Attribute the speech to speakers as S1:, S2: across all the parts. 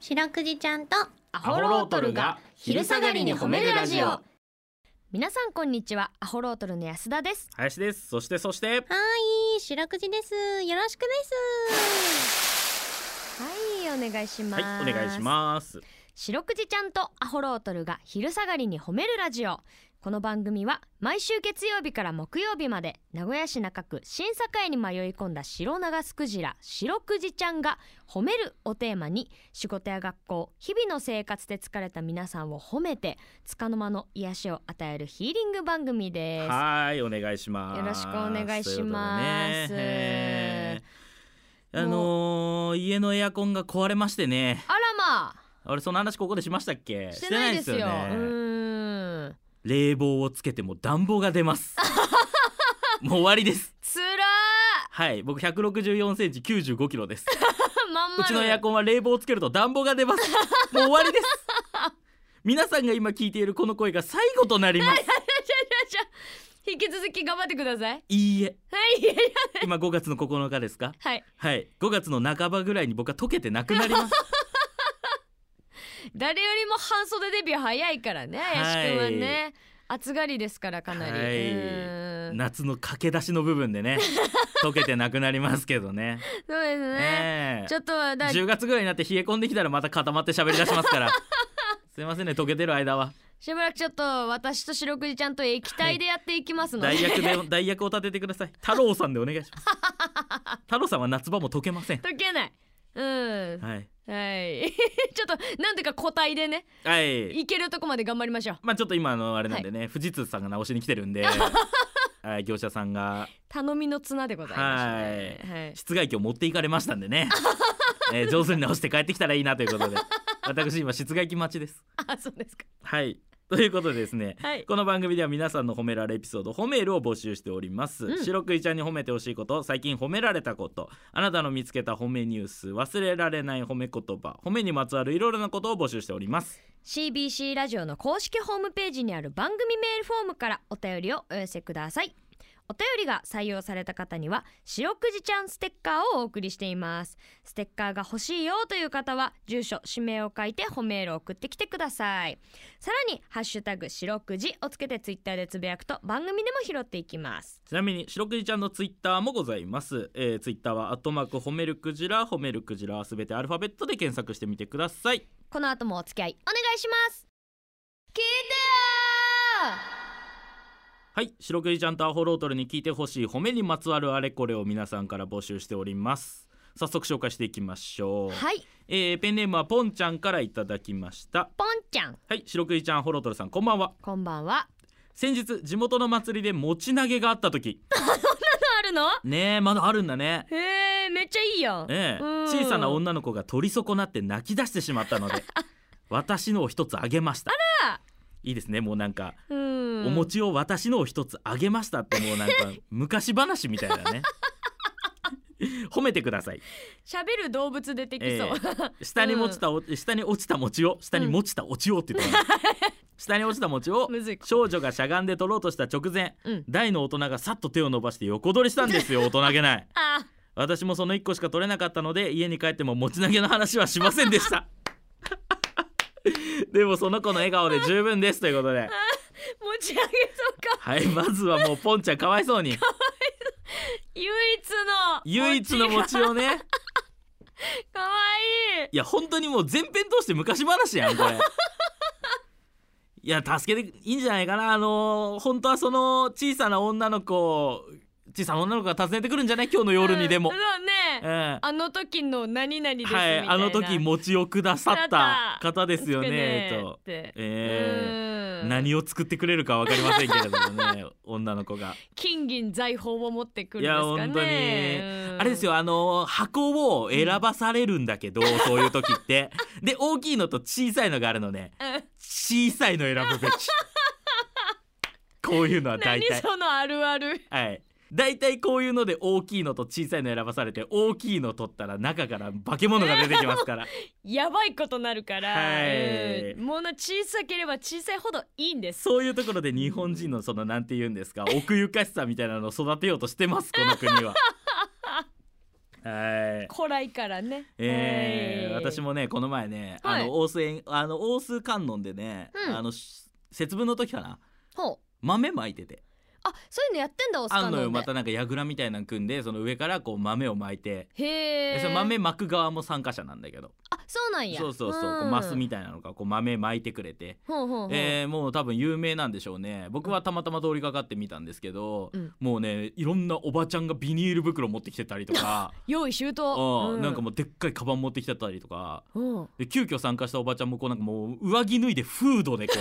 S1: 白くじちゃんと
S2: ア
S3: ホロートルが昼下がりに褒めるラジオ
S2: 皆さんこんにちはアホロートルの安田です
S3: 林ですそしてそして
S1: はい白くじですよろしくです
S2: はいお願いしま
S3: は
S2: す
S3: いお願いします
S2: 白くじちゃんとアホロートルが昼下がりに褒めるラジオこの番組は毎週月曜日から木曜日まで名古屋市中区審査会に迷い込んだ白長スクジラ白くじちゃんが褒めるをテーマに仕事や学校日々の生活で疲れた皆さんを褒めて束の間の癒しを与えるヒーリング番組です
S3: はいお願いします
S2: よろしくお願いします
S3: ということでねあのー、家のエアコンが壊れましてね
S2: あらま
S3: 俺その話ここでしましたっけ
S2: あしてないですよ
S3: してな
S2: う
S3: いですよね
S2: ーん
S3: 冷房をつけても暖房が出ます もう終わりです
S2: つら
S3: はい僕164センチ95キロです
S2: ー まんま
S3: う
S2: る
S3: ちのエアコンは冷房をつけると暖房が出ます。 もう終わりです。皆さんが今聞いているこの声が最後となります。
S2: じゃあ引き続き頑張ってください。
S3: いいえ、
S2: はい。
S3: 今5月の9日ですか。
S2: はい。
S3: はい、5月の半ばぐらいに僕は溶けてなくなります。
S2: 誰よりも半袖デビュー早いからね、林くんはね。暑がりです からかなり。
S3: はいう
S2: ーん
S3: 夏の駆け出しの部分 でね、溶けてなくなりますけどね。
S2: そうですね。
S3: ねえ
S2: ちょっとだ
S3: 10月ぐらいになって冷え込んできたらまた固まって喋り出します から。すいませんね、溶けてる間は
S2: しばらくちょっと私と白くじちゃんと液体でやっていきますので、
S3: 代役で代役を立ててください。太郎さんでお願いします。太郎さんは夏場も溶けませ ん。
S2: 溶けない。うん。
S3: はい。
S2: はい。 ちょっとなんとか個体でね、
S3: はい。
S2: いけるとこまで頑張りましょう。
S3: まあちょっと今あのあれなんでね、富士通さんが直しに来てるんで、はい、業者さんが
S2: 頼みの綱でございます、ね。はい。
S3: 室外機を持っていかれましたんでね、えー上手に直して帰ってきたらいいなということで、私今室外機待ちです。
S2: あ、そうですか。
S3: はい。ということでですね、
S2: はい。
S3: この番組では皆さんの褒められエピソード褒めるを募集しております、
S2: うん
S3: 白くいちゃんに褒めてほしいこと最近褒められたことあなたの見つけた褒めニュース忘れられない褒め言葉褒めにまつわるいろいろなことを募集しております
S2: CBC ラジオの公式ホームページにある番組メールフォームからお便りをお寄せくださいお便りが採用された方には白くじちゃんステッカーをお送りしていますステッカーが欲しいよという方は住所氏名を書いて褒めールを送ってきてくださいさらにハッシュタグ白くじをつけてツイッターでつぶやくと番組でも拾っていきます
S3: ちなみに白くじちゃんのツイッターもございます、えー、ツイッターは「アットマーク褒めるクジラ褒めるクジラ」はすべてアルファベットで検索してみてください
S2: この後もお付き合いお願いします聞いてよ
S3: はい白くじちゃんとアホロートルに聞いてほしい褒めにまつわるあれこれを皆さんから募集しております早速紹介していきましょう、
S2: はい
S3: えーペンネームはポンちゃんからいただきました
S2: ポンちゃん
S3: はい白くじちゃんアホロートルさんこんばんは
S2: こんばんは
S3: 先日地元の祭りで持ち投げがあった時
S2: あるの
S3: ねえまだあるんだね
S2: へえめっちゃいいやん、
S3: ええ、
S2: うん
S3: 小さな女の子が取り損なって泣き出してしまった ので私のを一つあげました
S2: ら
S3: いいですねもうなんか、
S2: うん
S3: お餅を私のを一つあげましたってもう なんか昔話みたいなね褒めてください、
S2: 喋る動物出てきそう、
S3: ええ下に落ちたお、下に落ちた餅を下に持ちた落ちをって言ってます、下に落ちた餅 を
S2: むずい
S3: 少女がしゃがんで取ろうとした直前、
S2: うん
S3: 大の大人がさっと手を伸ばして横取りしたんですよ大人げない
S2: あ
S3: 私もその1個しか取れなかったので家に帰っても持ち投げの話はしませんでした でもその子の笑顔で十分ですということ
S2: 持
S3: で
S2: ち上げそうか
S3: はいまずはもうポンちゃんかわい そうに
S2: 唯一の
S3: 唯一の
S2: 餅
S3: 餅をね
S2: がかわいい
S3: いや本当にもう全編通して昔話やんこ れいや助けていいんじゃないかなあのー本当はその小さな女の子を小さな女の子が訪ねてくるんじゃない今日の夜にでも、
S2: うんそう
S3: え
S2: ね
S3: え
S2: あの時の何々ですみた
S3: はいい、
S2: な
S3: あの時餅をくださった方ですよね
S2: ね
S3: と
S2: っ、て
S3: えー
S2: うん
S3: 何を作ってくれるかわかりませんけれども ね女の子が、
S2: 金銀財宝を持ってくるん
S3: い
S2: です
S3: や
S2: かね
S3: 本当に
S2: うん
S3: あれですよあの箱を選ばされるんだけど、そういう時ってで大きいのと小さいのがあるのね
S2: うん
S3: 小さいの選 ぶべきこういうのは大
S2: 何
S3: 体
S2: そのあるある
S3: はい大体こういうので大きいのと小さいの選ばされて大きいの取ったら中から化け物が出てきますから
S2: やばいことなるから、
S3: はい
S2: うんもの小さければ小さいほどいいんです
S3: そういうところで日本人のそのなん て言うんですか奥ゆかしさみたいなのを育てようとしてますこの国は。はい
S2: 古来からね
S3: えー
S2: はい
S3: 私もねこの前ね、
S2: はい
S3: あの大須園あの大須観音でね、
S2: うん
S3: あのし節分の時かな
S2: ほう
S3: 豆まいてて
S2: あそういうのやってんだおス
S3: あ
S2: カ
S3: んのよ
S2: ノ
S3: またなんか櫓みたいなの組んでその上からこう豆をまいて、
S2: へ
S3: で
S2: え
S3: その豆まく側も参加者なんだけど
S2: あそうなんや
S3: そうそうそう、こうマスみたいなのがこう豆まいてくれて、
S2: ほうほうほう、
S3: えーもう多分有名なんでしょうね僕はたまたま通りかかってみたんですけど、
S2: うん
S3: もうねいろんなおばちゃんがビニール袋持ってきてたり とか、
S2: 用意周到、
S3: う、
S2: うん
S3: なんかもうでっかいカバン持ってきてたりとか
S2: うん
S3: で急遽参加したおばちゃんもこうなんかもう上着脱いでフードで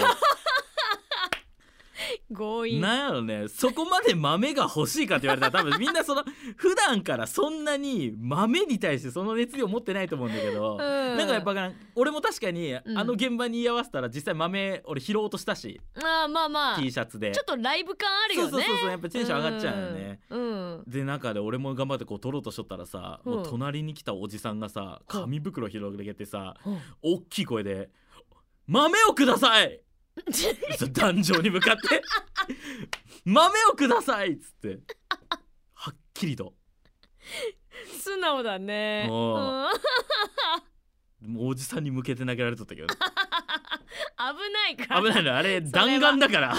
S3: こ
S2: 強
S3: う
S2: 引
S3: なんやろねそこまで豆が欲しいかって言われたら多分みんなその普段からそんなに豆に対してその熱量持ってないと思うんだけど、
S2: うん
S3: なんかやっぱな俺も確かにあ
S2: うん
S3: の現場に居合わせたら実際豆俺拾おうとしたし、
S2: あーまあまあ
S3: T シャツで
S2: ちょっとライブ感あるよね
S3: そうそうそうそうやっぱテンション上がっちゃうよね。
S2: うん
S3: で中で俺も頑張ってこう取ろうとしとったらさ、もう
S2: うん
S3: 隣に来たおじさんがさ
S2: うん
S3: 紙袋広げてさ、
S2: うん
S3: 大きい声で「豆をください!」 そう壇上に向かって「豆をください!」っつってはっきりと
S2: 素直だね
S3: おう
S2: うん
S3: もうおじさんに向けて投げられとった けど
S2: 危ないから
S3: 危ないのよあれ弾丸 だから。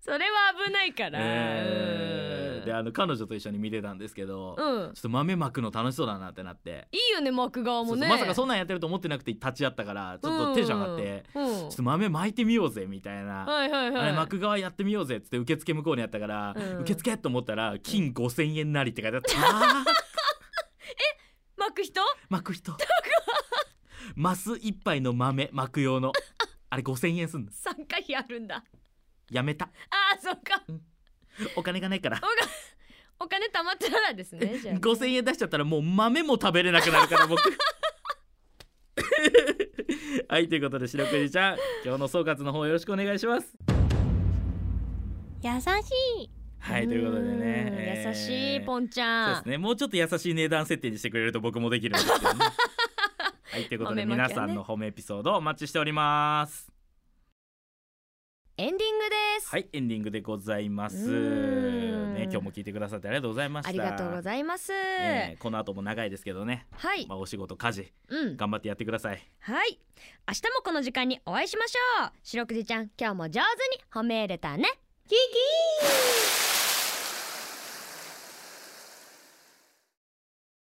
S2: それは危ないから、
S3: えーで
S2: うん
S3: あの彼女と一緒に見てたんですけど、ちょ
S2: うん
S3: っと豆まくの楽しそうだなってなって。
S2: いいよね幕側も
S3: そうそ
S2: ね
S3: うまさかそ
S2: ん
S3: んなんやってると思ってなくて立ち会ったからちょっとテンション上がって、
S2: うん
S3: ちょっと豆まいてみようぜみたいな、
S2: はいはいはい
S3: あれ幕側やってみようぜっつって受付向こうにあったから、
S2: うん
S3: 受付と思ったら金5,000円なりって書いてあったあー
S2: 巻く人
S3: 巻く人マス一杯の豆巻く用のあれ5,000円すんの
S2: 参加費あるんだ
S3: やめた
S2: あーそっか
S3: お金がないから
S2: お金貯まってたらですねじゃあ
S3: 5,000円出しちゃったらもう豆も食べれなくなるから 僕はいということで白くじちゃん今日の総括の方よろしくお願いします
S1: 優しい
S3: はいということでね、
S2: うん優しい
S3: ン
S2: ポンち
S3: そう
S2: ゃん
S3: ですねもうちょっと優しい値段設定にしてくれると僕もできるんですけど ねはいということで
S2: 褒めま
S3: 皆
S2: きはね
S3: さんの褒めエピソードお待ちしております
S2: エンディングです、
S3: はい、エンディングでございま
S2: う
S3: す。
S2: ーん
S3: ね、今日も聞いてくださってありがとうございました。
S2: ありがとうございます、
S3: えーこの後も長いですけどね、
S2: はい、
S3: まあお仕事家事
S2: うん
S3: 頑張ってやってください。
S2: はい明日もこの時間にお会いしましょう白くじちゃん今日も上手に褒め入れたねキキー